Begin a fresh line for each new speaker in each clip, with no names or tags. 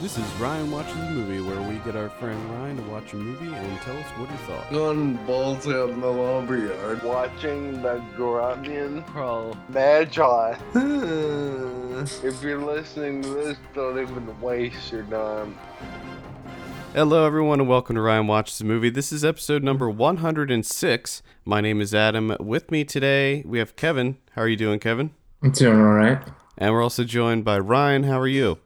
This is Ryan Watches a Movie, where we get our friend Ryan to watch a movie and tell us what he thought.
Gun balls out in the lumber yard.
watching the Grunion
Bro,
Magi.
Why
If you're listening to this, don't even waste your time.
Hello, everyone, and welcome to Ryan Watches a Movie. This is episode number 106. My name is Adam. With me today, we have Kevin. How are you doing, Kevin?
I'm doing all right.
And we're also joined by Ryan. How are you?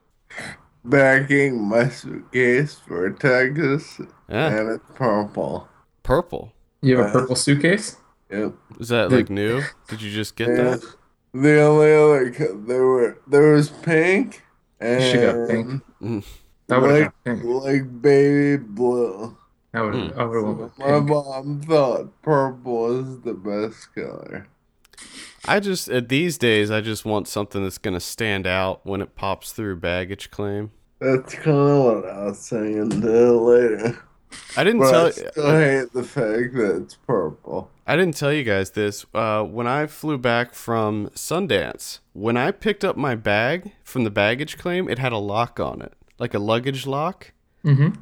Backing my suitcase for Texas,
Ah,
and it's purple.
purple.
You have a
Uh,
purple suitcase?
Yep.
Is that like new? Did you just get that?
And The only other co- there were there was pink and
should go pink.
Mm-hmm.
Mm.
That would have been pink.
like baby blue.
That would have
So
been
my
pink.
mom thought purple is the best color.
I just uh, these days I just want something that's gonna stand out when it pops through baggage claim.
That's kind of what I was saying to later.
I didn't
But I
tell
still hate the fact that it's purple.
I didn't tell you guys this. Uh, when I flew back from Sundance, when I picked up my bag from the baggage claim, it had a lock on it, like a luggage lock.
Mm-hmm.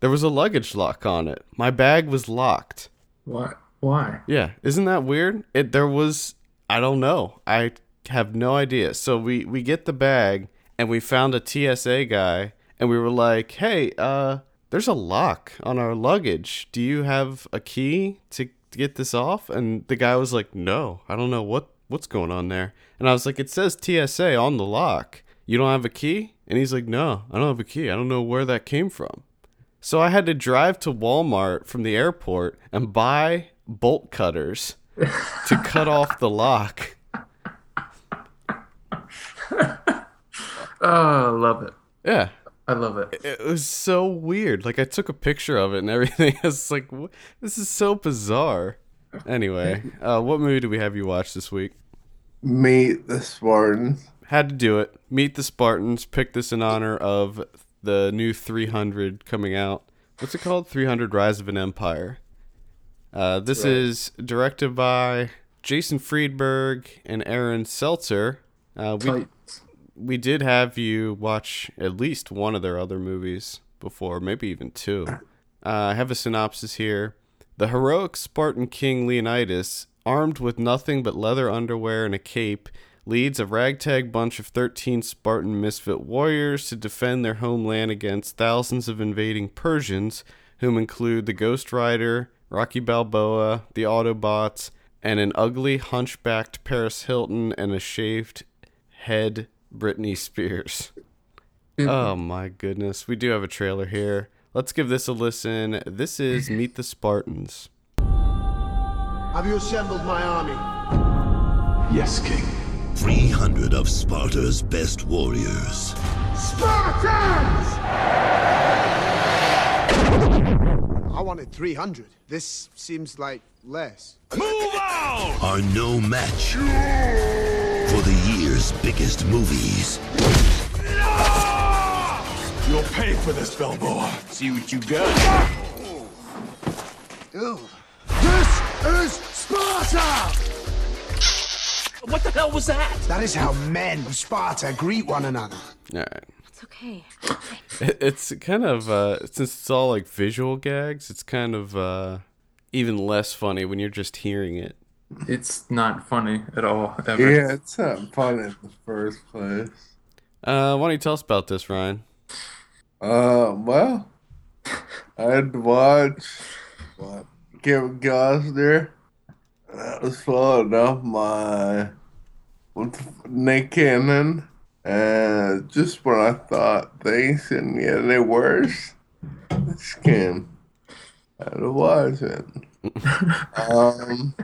There was a luggage lock on it. My bag was locked.
Why? Why?
Yeah, isn't that weird? It there was I don't know. I have no idea. So we we get the bag and we found a TSA guy and we were like, "Hey, uh there's a lock on our luggage. Do you have a key to, to get this off?" And the guy was like, "No. I don't know what what's going on there." And I was like, "It says TSA on the lock. You don't have a key?" And he's like, "No, I don't have a key. I don't know where that came from." So I had to drive to Walmart from the airport and buy bolt cutters to cut off the lock.
Oh, I love it.
Yeah,
I love it.
it was so weird. Like I took a picture of it and everything. I was like, "Wh- "This is so bizarre." Anyway, uh, what movie do we have you watch this week?
Meet the Spartans.
Had to do it. Meet the Spartans. Pick this in honor of the new 300 coming out. What's it called? 300 Rise of an Empire. Uh, this is directed by Jason Friedberg and Aaron Seltzer. Uh, we,
Tight.
we did have you watch at least one of their other movies before, maybe even two. Uh, I have a synopsis here. The heroic Spartan king Leonidas, armed with nothing but leather underwear and a cape, leads a ragtag bunch of 13 Spartan misfit warriors to defend their homeland against thousands of invading Persians, whom include the Ghost Rider, Rocky Balboa, the Autobots, and an ugly hunchbacked Paris Hilton and a shaved head Britney Spears. oh my goodness. We do have a trailer here. Let's give this a listen. This is Meet the Spartans.
Have you assembled my army?
300 of Sparta's best warriors
I wanted 300. This seems like less.
are no match for the year's biggest movies.
Ew. This is Sparta!
What the hell was that?
That is how men of Sparta greet one another.
All right.
It's okay.
It's kind of uh since it's all like visual gags, it's kind of uh even less funny when you're just hearing it.
It's not funny at all. Ever.
Yeah, it's not fun in the first place.
Uh why don't you tell us about this, Ryan?
Uh, well, I'd watch what, Kevin Costner. That was followed up by with Nick Cannon. And just when I thought things and yeah, they worse, this came. I'd watch it. um,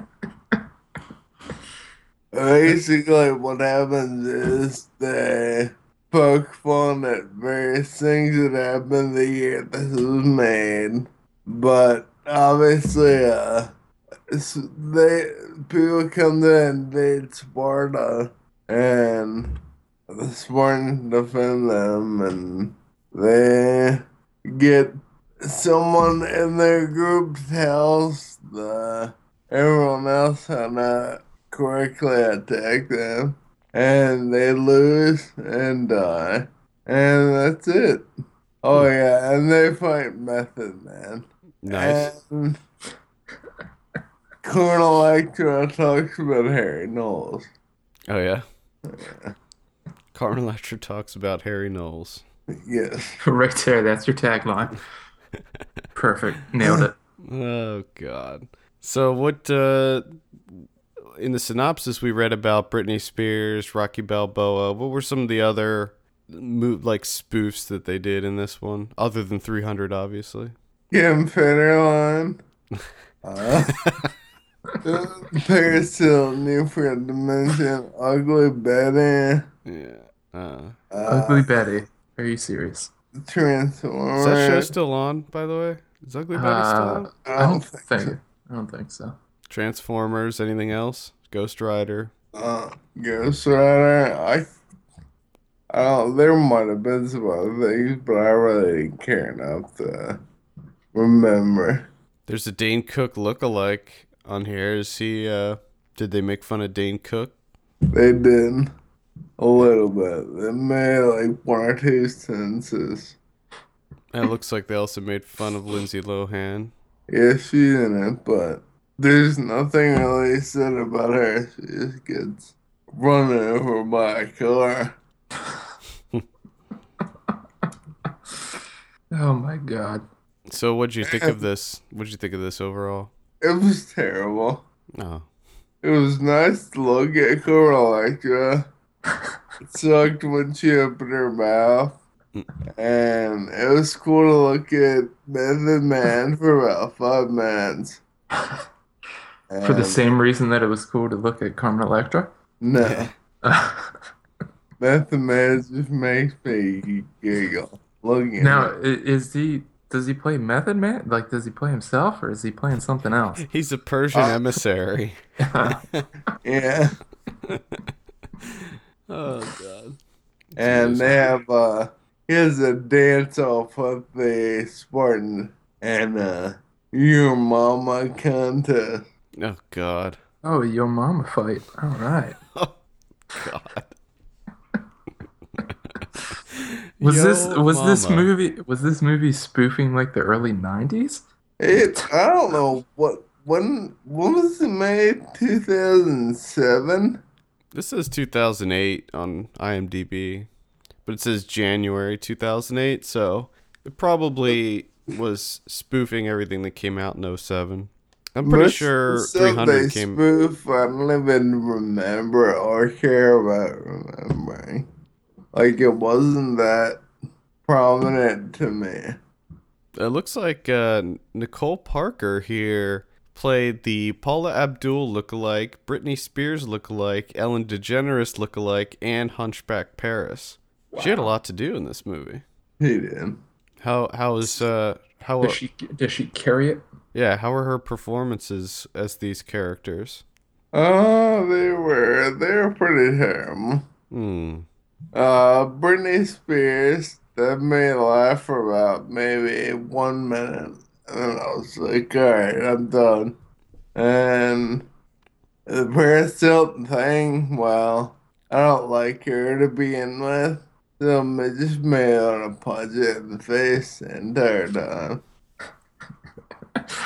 basically, what happens is they poke fun at various things that happened the year this was made, but obviously, uh, it's, they people come to invade Sparta, and the Spartans defend them, and they get someone in their group tells the everyone else how to correctly attack them and they lose and die. And that's it. Oh yeah, and they fight Method Man.
Nice.
And Colonel Electra talks about Harry Knowles.
oh yeah. Carmen Electra talks about Harry Knowles.
Yes.
Right there, that's your tagline. Perfect. Nailed it.
Oh God. So what? Uh, in the synopsis we read about Britney Spears, Rocky Balboa. What were some of the other mo- like spoofs that they did in this one, other than 300, obviously?
Kim Federline. Uh, Parasil, New Friend Dimension, Ugly Betty,
Yeah. Uh,
Ugly Betty. Are you serious?
is that show
Transformers.
still on, by the way? Is Ugly Betty still
Uh,
on?
I don't
Oh,
think. I don't think so.
Transformers, anything else? Ghost Rider.
Uh, Ghost Rider. I, I don't. There might have been some other things, but I really didn't care enough to remember.
There's a Dane Cook lookalike on here. Is he? Uh, did they make fun of Dane Cook?
They did a little bit. They made like one or two sentences.
And it looks like they also made fun of Lindsay Lohan.
Yeah, she's in it, but there's nothing really said about her. She just gets run over by a car.
Oh my god.
So what'd you think of this? What'd you think of this overall?
It was terrible.
No.
It was nice to look at Cora Electra. it sucked when she opened her mouth. And it was cool to look at Method Man for about five minutes.
For the
And
same reason that it was cool to look at Carmen Electra.
No, Method Man just makes me giggle. Looking at
Now,
it.
i- is he? Does he play Method Man? Like, does he play himself, or is he playing something else?
He's a Persian emissary.
Yeah.
Oh god.
And they have uh he has a dance off with the Spartan and uh your mama contest.
Oh god.
Oh, your mama fight. All right.
Oh god.
Was
Yo
this was this
mama.
movie was this movie spoofing like the early '90s?
It I don't know what when when was it made? Two thousand seven?
This says 2008 on IMDb, but it says January 2008, so it probably was spoofing everything that came out in 07. I'm pretty sure 300 came
spoof I don't even remember or care about remembering. Like it wasn't that prominent to me.
It looks like uh, Nicole Parker here played the Paula Abdul lookalike, Britney Spears lookalike, Ellen DeGeneres lookalike, and Hunchback Paris. She had a lot to do in this movie.
He did.
How how is uh how
Does she does she carry it?
yeah how are her performances as these characters?
Oh, they were they were pretty terrible.
Hmm.
Uh, Britney Spears that made me laugh for about maybe one minute, and then I was like, "All right, I'm done." And the Paris Hilton thing, well, I don't like her to begin with, so it just made her wanna punch it in the face and tear it on.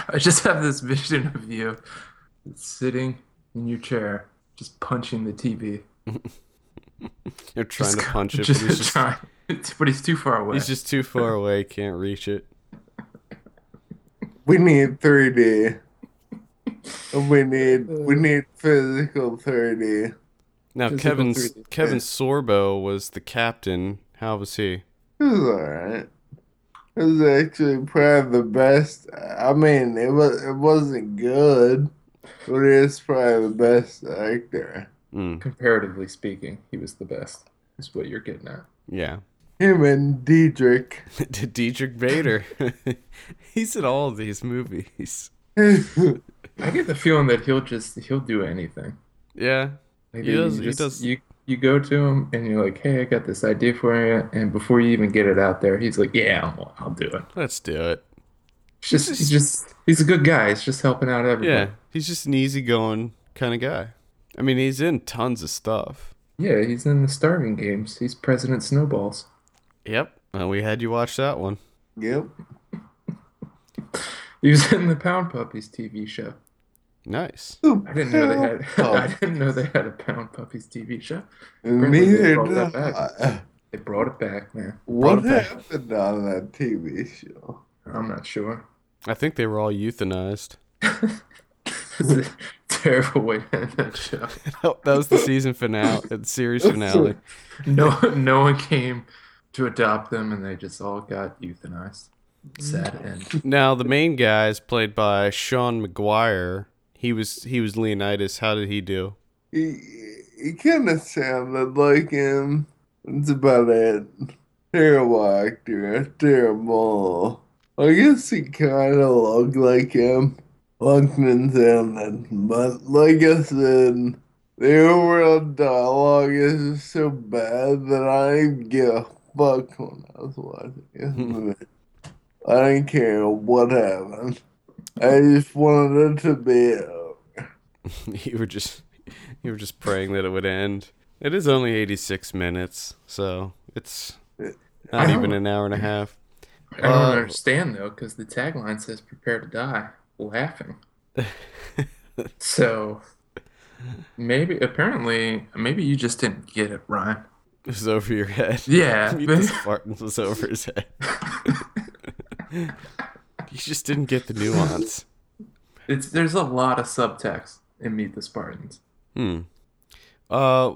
I just have this vision of you sitting in your chair, just punching the TV.
They're trying
Just
to
go-
punch it, but
just
he's just,
trying, but he's too far away.
he's just too far away. Can't reach it.
We need 3D. And we need we need physical 3D.
Now
Physical
Kevin
3D.
Kevin Sorbo was the captain. How was he?
It was alright. It was actually probably the best. I mean, it was it wasn't good, but it's probably the best actor.
Mm,
Comparatively speaking, he was the best. Is what you're getting at.
yeah.
Him and Diedrich.
to Dietrich Bader. He's in all of these movies.
I get the feeling that he'll just he'll do anything.
Yeah.
Like,
He
you
does- he
just-
does-
You you go to him and you're like, "Hey, I got this idea for you," and before you even get it out there, he's like, "Yeah, I'll, I'll do it."
Let's do it.
It's just he's just he's a good guy. He's just helping out
Yeah.
everybody.
Uh-huh. He's just an easygoing kind of guy. I mean, he's in tons of stuff.
Yeah, he's in the starving games. He's President Snowballs.
Yep. And Uh, we had you watch that one.
Yep.
He was in the Pound Puppies TV show.
Nice.
I didn't know they had.
Oh.
I didn't know they had a Pound Puppies TV show.
Neither
Brought
did
that back.
I.
They brought it back, man.
What
Brought it back.
happened on that TV show?
I'm not sure.
I think they were all euthanized.
It's a terrible way to end that show.
Nope, that was the season finale, the series finale.
No, no one came to adopt them, and they just all got euthanized. Sad end.
Now the main guy is played by Sean McGuire. He was he was Leonidas. How did he do?
He, he kind of sounded like him. That's about it. Terrible actor. Terrible. I guess he kind of looked like him. Lunkman sounded. But like I said, the overall dialogue is just so bad that I didn't give a fuck when I was watching it. I didn't care what happened. I just wanted it to be over.
you were just you were just praying that it would end. It is only 86 minutes, so it's not even an hour and a half.
I don't
Uh,
understand though, because the tagline says "Prepare to die laughing." so maybe, apparently, maybe you just didn't get it, Ryan.
It was over your head.
Yeah.
Meet the Spartans was over his head. you just didn't get the nuance.
It's there's a lot of subtext in Meet the Spartans.
Hmm. Uh,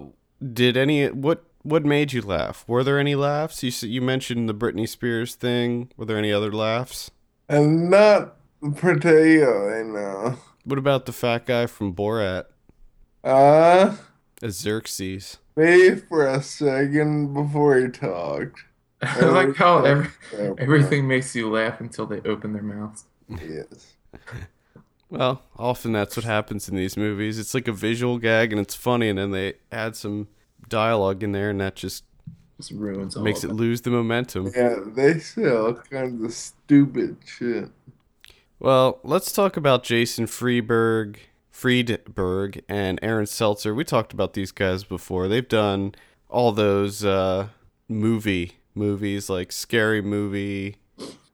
did any what what made you laugh? Were there any laughs? You s- you mentioned the Britney Spears thing. Were there any other laughs?
And not particularly no.
What about the fat guy from Borat
Uh
as Xerxes?
maybe for a second before he talked.
I
Oh,
like how every,
Uh,
everything makes you laugh until they open their mouths.
Yes.
Well, often that's what happens in these movies. It's like a visual gag and it's funny, and then they add some dialogue in there, and that just
Just ruins all
makes
of
it lose the momentum.
Yeah, they say all kinds of stupid shit.
Well, let's talk about Jason Freeberg, Friedberg, and Aaron Seltzer. We talked about these guys before. They've done all those uh, movie movies, like Scary Movie.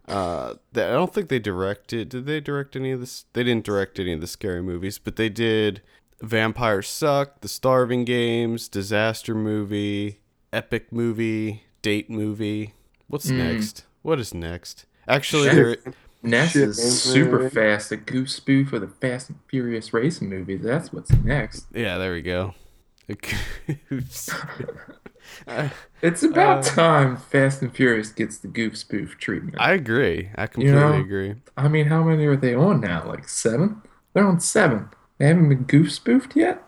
Uh, that I don't think they directed. Did they direct any of this? They didn't direct any of the scary movies, but they did Vampire Suck, The Starving Games, Disaster Movie, Epic Movie, Date Movie. What's next? What is next? Actually,
Shit.
there,
Ness
Shit, man.
is super fast. A goof spoof of the Fast and Furious racing movies. That's what's next.
Yeah, there we go.
It's about
Uh,
time Fast and Furious gets the goof spoof treatment. I,
I agree. I completely
know?
agree.
mean, how many are they on now? Like seven? They're on seven. They haven't been goof spoofed yet.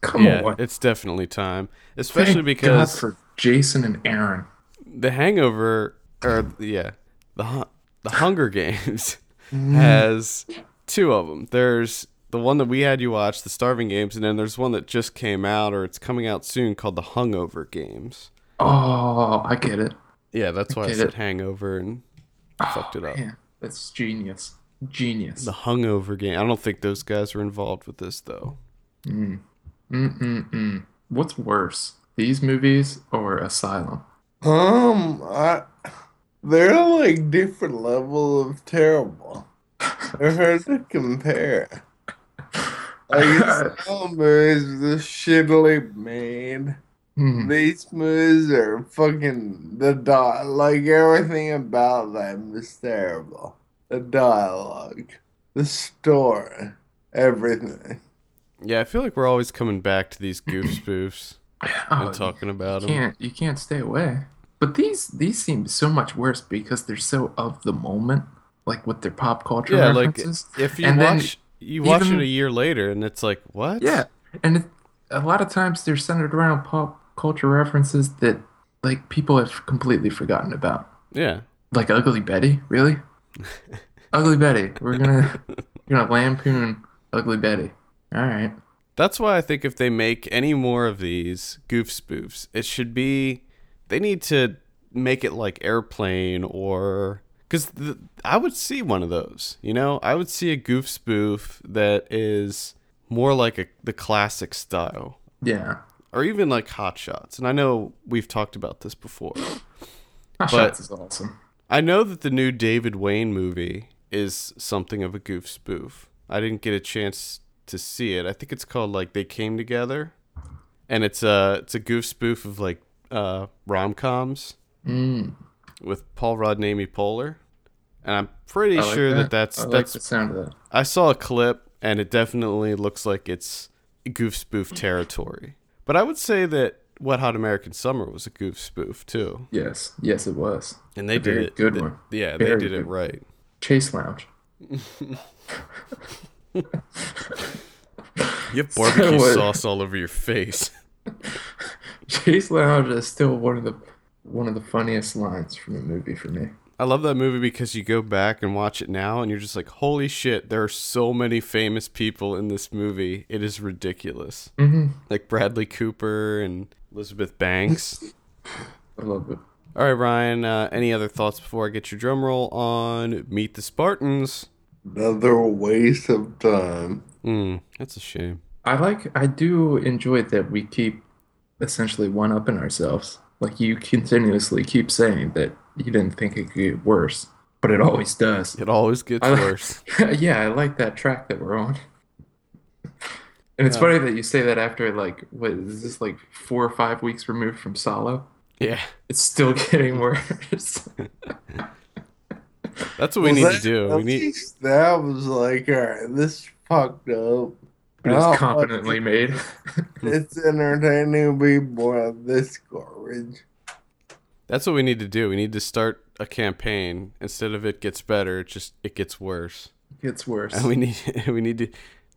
Come
yeah,
on,
it's definitely time, especially
Thank
because
God for Jason and Aaron.
the Hangover, or yeah, the Hu- the Hunger Games
Mm-hmm.
has two of them. There's the one that we had you watch, the Starving Games, and then there's one that just came out or it's coming out soon called the Hungover Games.
Oh, I get it.
Yeah, that's why I
Get
said
it.
Hangover and fucked it up.
Yeah, that's genius. Genius.
The Hungover Game. I don't think those guys were involved with this though.
Mm. Mm-mm-mm. What's worse, these movies or Asylum?
Um I they're like different level of terrible. They're hard to compare. I guess all movies are just shittily made.
Hmm.
These movies are fucking the dot like everything about them is terrible. The dialogue, the story, everything.
Yeah, I feel like we're always coming back to these goof spoofs
Oh,
and talking about
you
them.
can't you can't stay away. But these these seem so much worse because they're so of the moment, like with their pop culture
Yeah, like
references.
if you
And then
watch you watch
even-
it a year later and it's like, what?
yeah, and it, a lot of times they're centered around pop culture references that like people have completely forgotten about,
Yeah.
like Ugly Betty. Really, Ugly Betty. We're gonna you're gonna lampoon Ugly Betty. All right.
That's why I think if they make any more of these goof spoofs, it should be they need to make it like airplane or because I would see one of those. You know, I would see a goof spoof that is more like a the classic style.
Yeah.
or even like hot shots and i know we've talked about this before
Hot Shots is awesome.
I know that the new David Wayne movie is something of a goof spoof. I didn't get a chance to see it. I think it's called like They Came Together, and it's a it's a goof spoof of like uh, rom coms
Mm.
with Paul Rudd and Amy Poehler. And I'm pretty
I like
sure that, that's
I like
that's
the sound of that.
I saw a clip and it definitely looks like it's goof spoof territory. But I would say that Wet Hot American Summer was a goof spoof too.
Yes, yes, it was.
And they
A
did
very
it
good
th-
one.
Yeah, they
Very
did it
good.
right.
Chase Lounge.
You have barbecue
what-
sauce all over your face.
Chase Lounge is still one of the one of the funniest lines from the movie for me.
I love that movie because you go back and watch it now and you're just like, holy shit, there are so many famous people in this movie. It is ridiculous.
Mhm.
Like Bradley Cooper and Elizabeth Banks.
I love it.
All right, Ryan, uh, any other thoughts before I get your drum roll on Meet the Spartans?
Another waste of time.
Mm, that's a shame.
I like. I do enjoy that we keep essentially one upping ourselves. Like you continuously keep saying that you didn't think it could get worse, but it always does.
It always gets
I-
worse.
yeah, I like that track that we're on. And it's funny that you say that after like what is this like four or five weeks removed from Solo?
Yeah,
It's still getting worse.
Oh, that's what we need to do.
At
We need.
least that was like, all right, this fucked up.
But it's
Now,
competently made.
It's entertaining people have this garbage.
That's what we need to do. We need to start a campaign. Instead of it gets better, it just it gets worse.
It's worse.
And we need we need to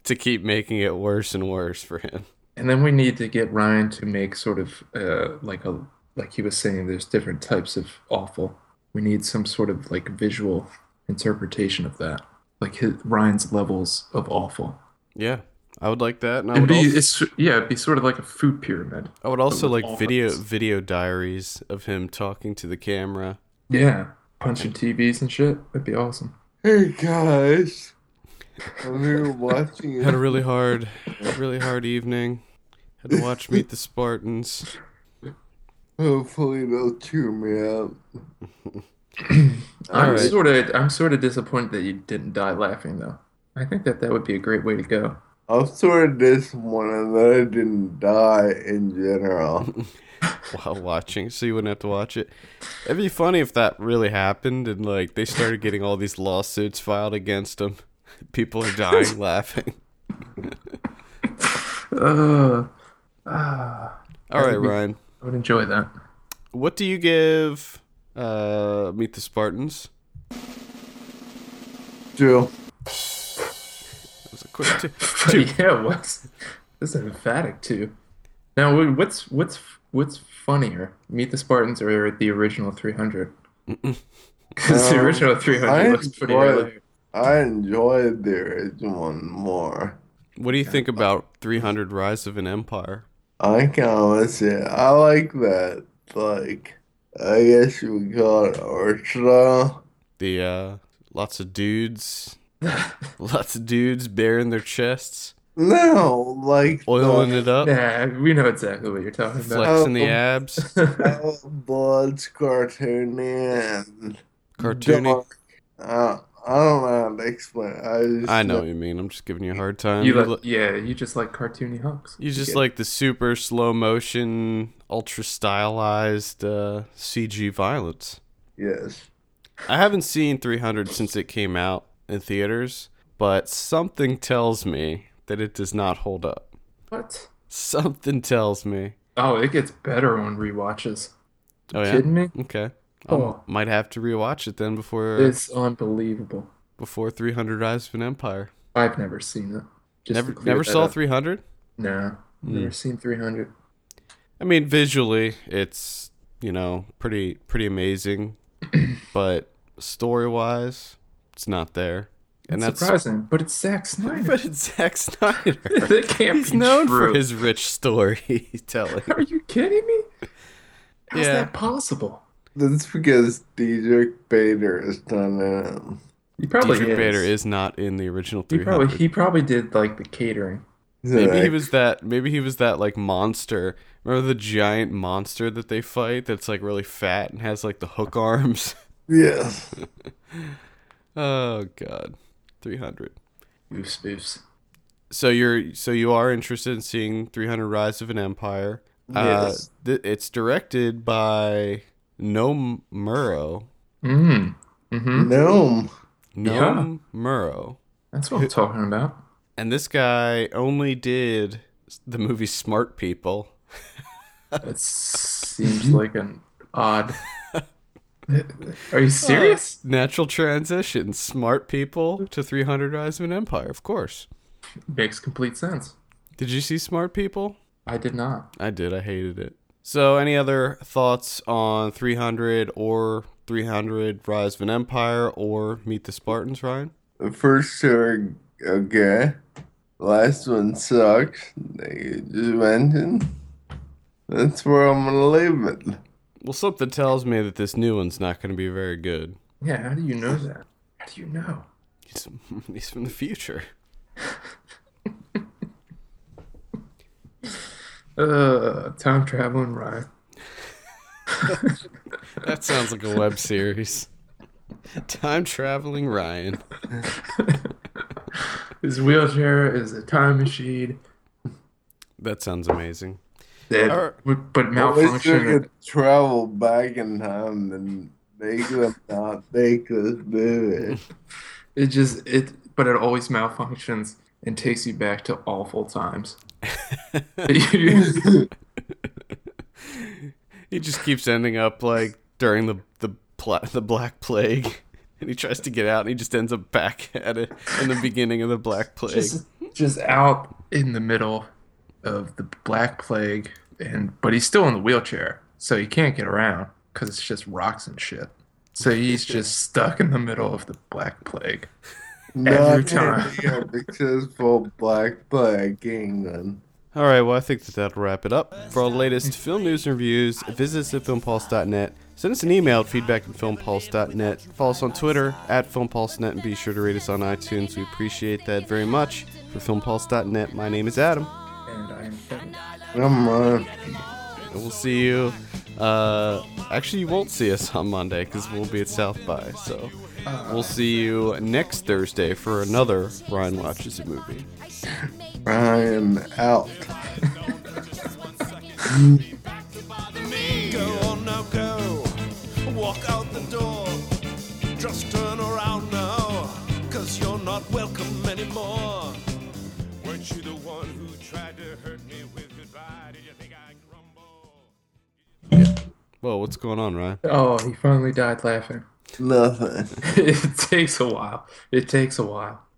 to keep making it worse and worse for him.
And then we need to get Ryan to make sort of uh, like a like he was saying, there's different types of awful. We need some sort of like visual interpretation of that, like his, Ryan's levels of awful.
Yeah, I would like that. And I
It'd
would,
be
also,
it's yeah, it'd be sort of like a food pyramid.
I would also
with
like
all
video
of us.
video diaries of him talking to the camera.
Yeah, punching TVs and shit. That'd be awesome.
Hey guys, I'm here watching
Had a
it.
really hard, really hard evening. Had to watch Meet the Spartans.
Hopefully they'll cheer me up.
I'm
right.
sort of I'm sort of disappointed that you didn't die laughing though. I think that that would be a great way to go.
I'm sort of disappointed that I didn't die in general.
while watching, so you wouldn't have to watch it. It'd be funny if that really happened and like they started getting all these lawsuits filed against them. People are dying laughing.
Uh, uh,
All right, Ryan.
I would enjoy that.
What do you give uh Meet the Spartans?
Two.
It was a quick two.
yeah, what's this is emphatic too. Now, wh- what's what's what's funnier, Meet the Spartans or the original 300? Because the
Um,
original 300 looks pretty
enjoy it.
hilarious.
I enjoyed the original one more.
What do you think about 300 Rise of an Empire?
I can honestly, I like that. Like, I guess you would call it art style.
The uh lots of dudes lots of dudes baring their chests,
No, like
oiling it up,
Yeah, Oh. we know exactly what you're talking about.
flexing the abs,
the blood's cartoony and
cartoony.
dark. Uh, I don't know how to explain. It. I just
I know what you mean. I'm just giving you a hard time.
you
You
like,
look-
yeah, you just like cartoony hooks.
You just like the super slow motion, ultra stylized uh, CG violence.
Yes.
I haven't seen 300 since it came out in theaters, but something tells me that it does not hold up.
What?
Something tells me.
Oh, it gets better on rewatches.
Oh yeah.
Kidding me?
Okay.
Oh.
Might have to rewatch it then before
It's unbelievable.
before 300 Rise of an Empire.
I've never seen it. Just
Never
to clear
never
that
saw Hmm.
up.
300.
No, never seen 300.
I mean, visually, it's you know pretty pretty amazing, but story wise, it's not there, and that's
Surprising, but it's Zack Snyder.
but it's Zack Snyder.
that can't
He's
be
known
true.
for his rich story telling.
Are you kidding me? How's
Yeah.
that possible?
That's because Diedrich Bader is done it.
He probably
Dietrich
is.
Bader is not in the original
He
300.
probably he probably did like the catering.
He's
maybe he
like,
was that. Maybe he was that like monster Remember the giant monster that they fight that's like really fat and has like the hook arms?
Yes.
Oh god. 300.
Oofs, oofs.
So you're so you are interested in seeing 300 Rise of an Empire.
Yes.
Uh th- it's directed by Noam Murrow. Hmm.
Mm. Mm-hmm.
Gnome.
Noam Murrow.
That's what I'm talking about.
And this guy only did s- the movie Smart People.
That seems like an odd. Are you serious?
Natural transition. Smart People to 300 Rise of an Empire, of course.
Makes complete sense.
Did you see Smart People?
I did not.
I did. I hated it. So, any other thoughts on 300 or 300 Rise of an Empire or Meet the Spartans, Ryan?
First two are okay. Last one sucks. That you just mentioned. That's where I'm gonna leave it.
Well, something tells me that this new one's not going to be very good.
Yeah, how do you know that? How do you know?
He's, he's from the future.
Uh, time traveling Ryan.
That sounds like a web series. Time traveling Ryan.
His wheelchair is a time machine
That sounds amazing.
that
Or-
would- but
I wish we
malfunction.
could travel back in time and make them not make this movie.
It just it, but it always malfunctions and takes you back to awful times. You-
He just keeps ending up like during the the pla- the Black Plague, and he tries to get out, and he just ends up back at it in the beginning of the Black Plague.
just just out in the middle of the black plague and but he's still in the wheelchair so he can't get around because it's just rocks and shit so he's just stuck in the middle of the black plague
Not
time.
gonna be a successful Black Plague England.
All right, well, I think that that'll wrap it up. For all the latest film news and reviews, visit us at filmpulse.net. Send us an email at feedback at filmpulse.net. Follow us on Twitter at filmpulse.net and be sure to rate us on iTunes. We appreciate that very much. For filmpulse.net, my name is Adam,
and i'm Kevin.
Come on.
and we'll see you. Uh, actually, you won't see us on Monday because we'll be at South by. So we'll see you next Thursday for another Ryan Watches a Movie.
Ryan out.
Go or no go. Walk out the door. Just turn around now. Cause you're not welcome anymore. Weren't you the one who tried to hurt me with goodbye? Did you think I'd crumble?
Whoa, what's going on, Ryan?
oh he finally died laughing
Nothing.
it takes a while it takes a while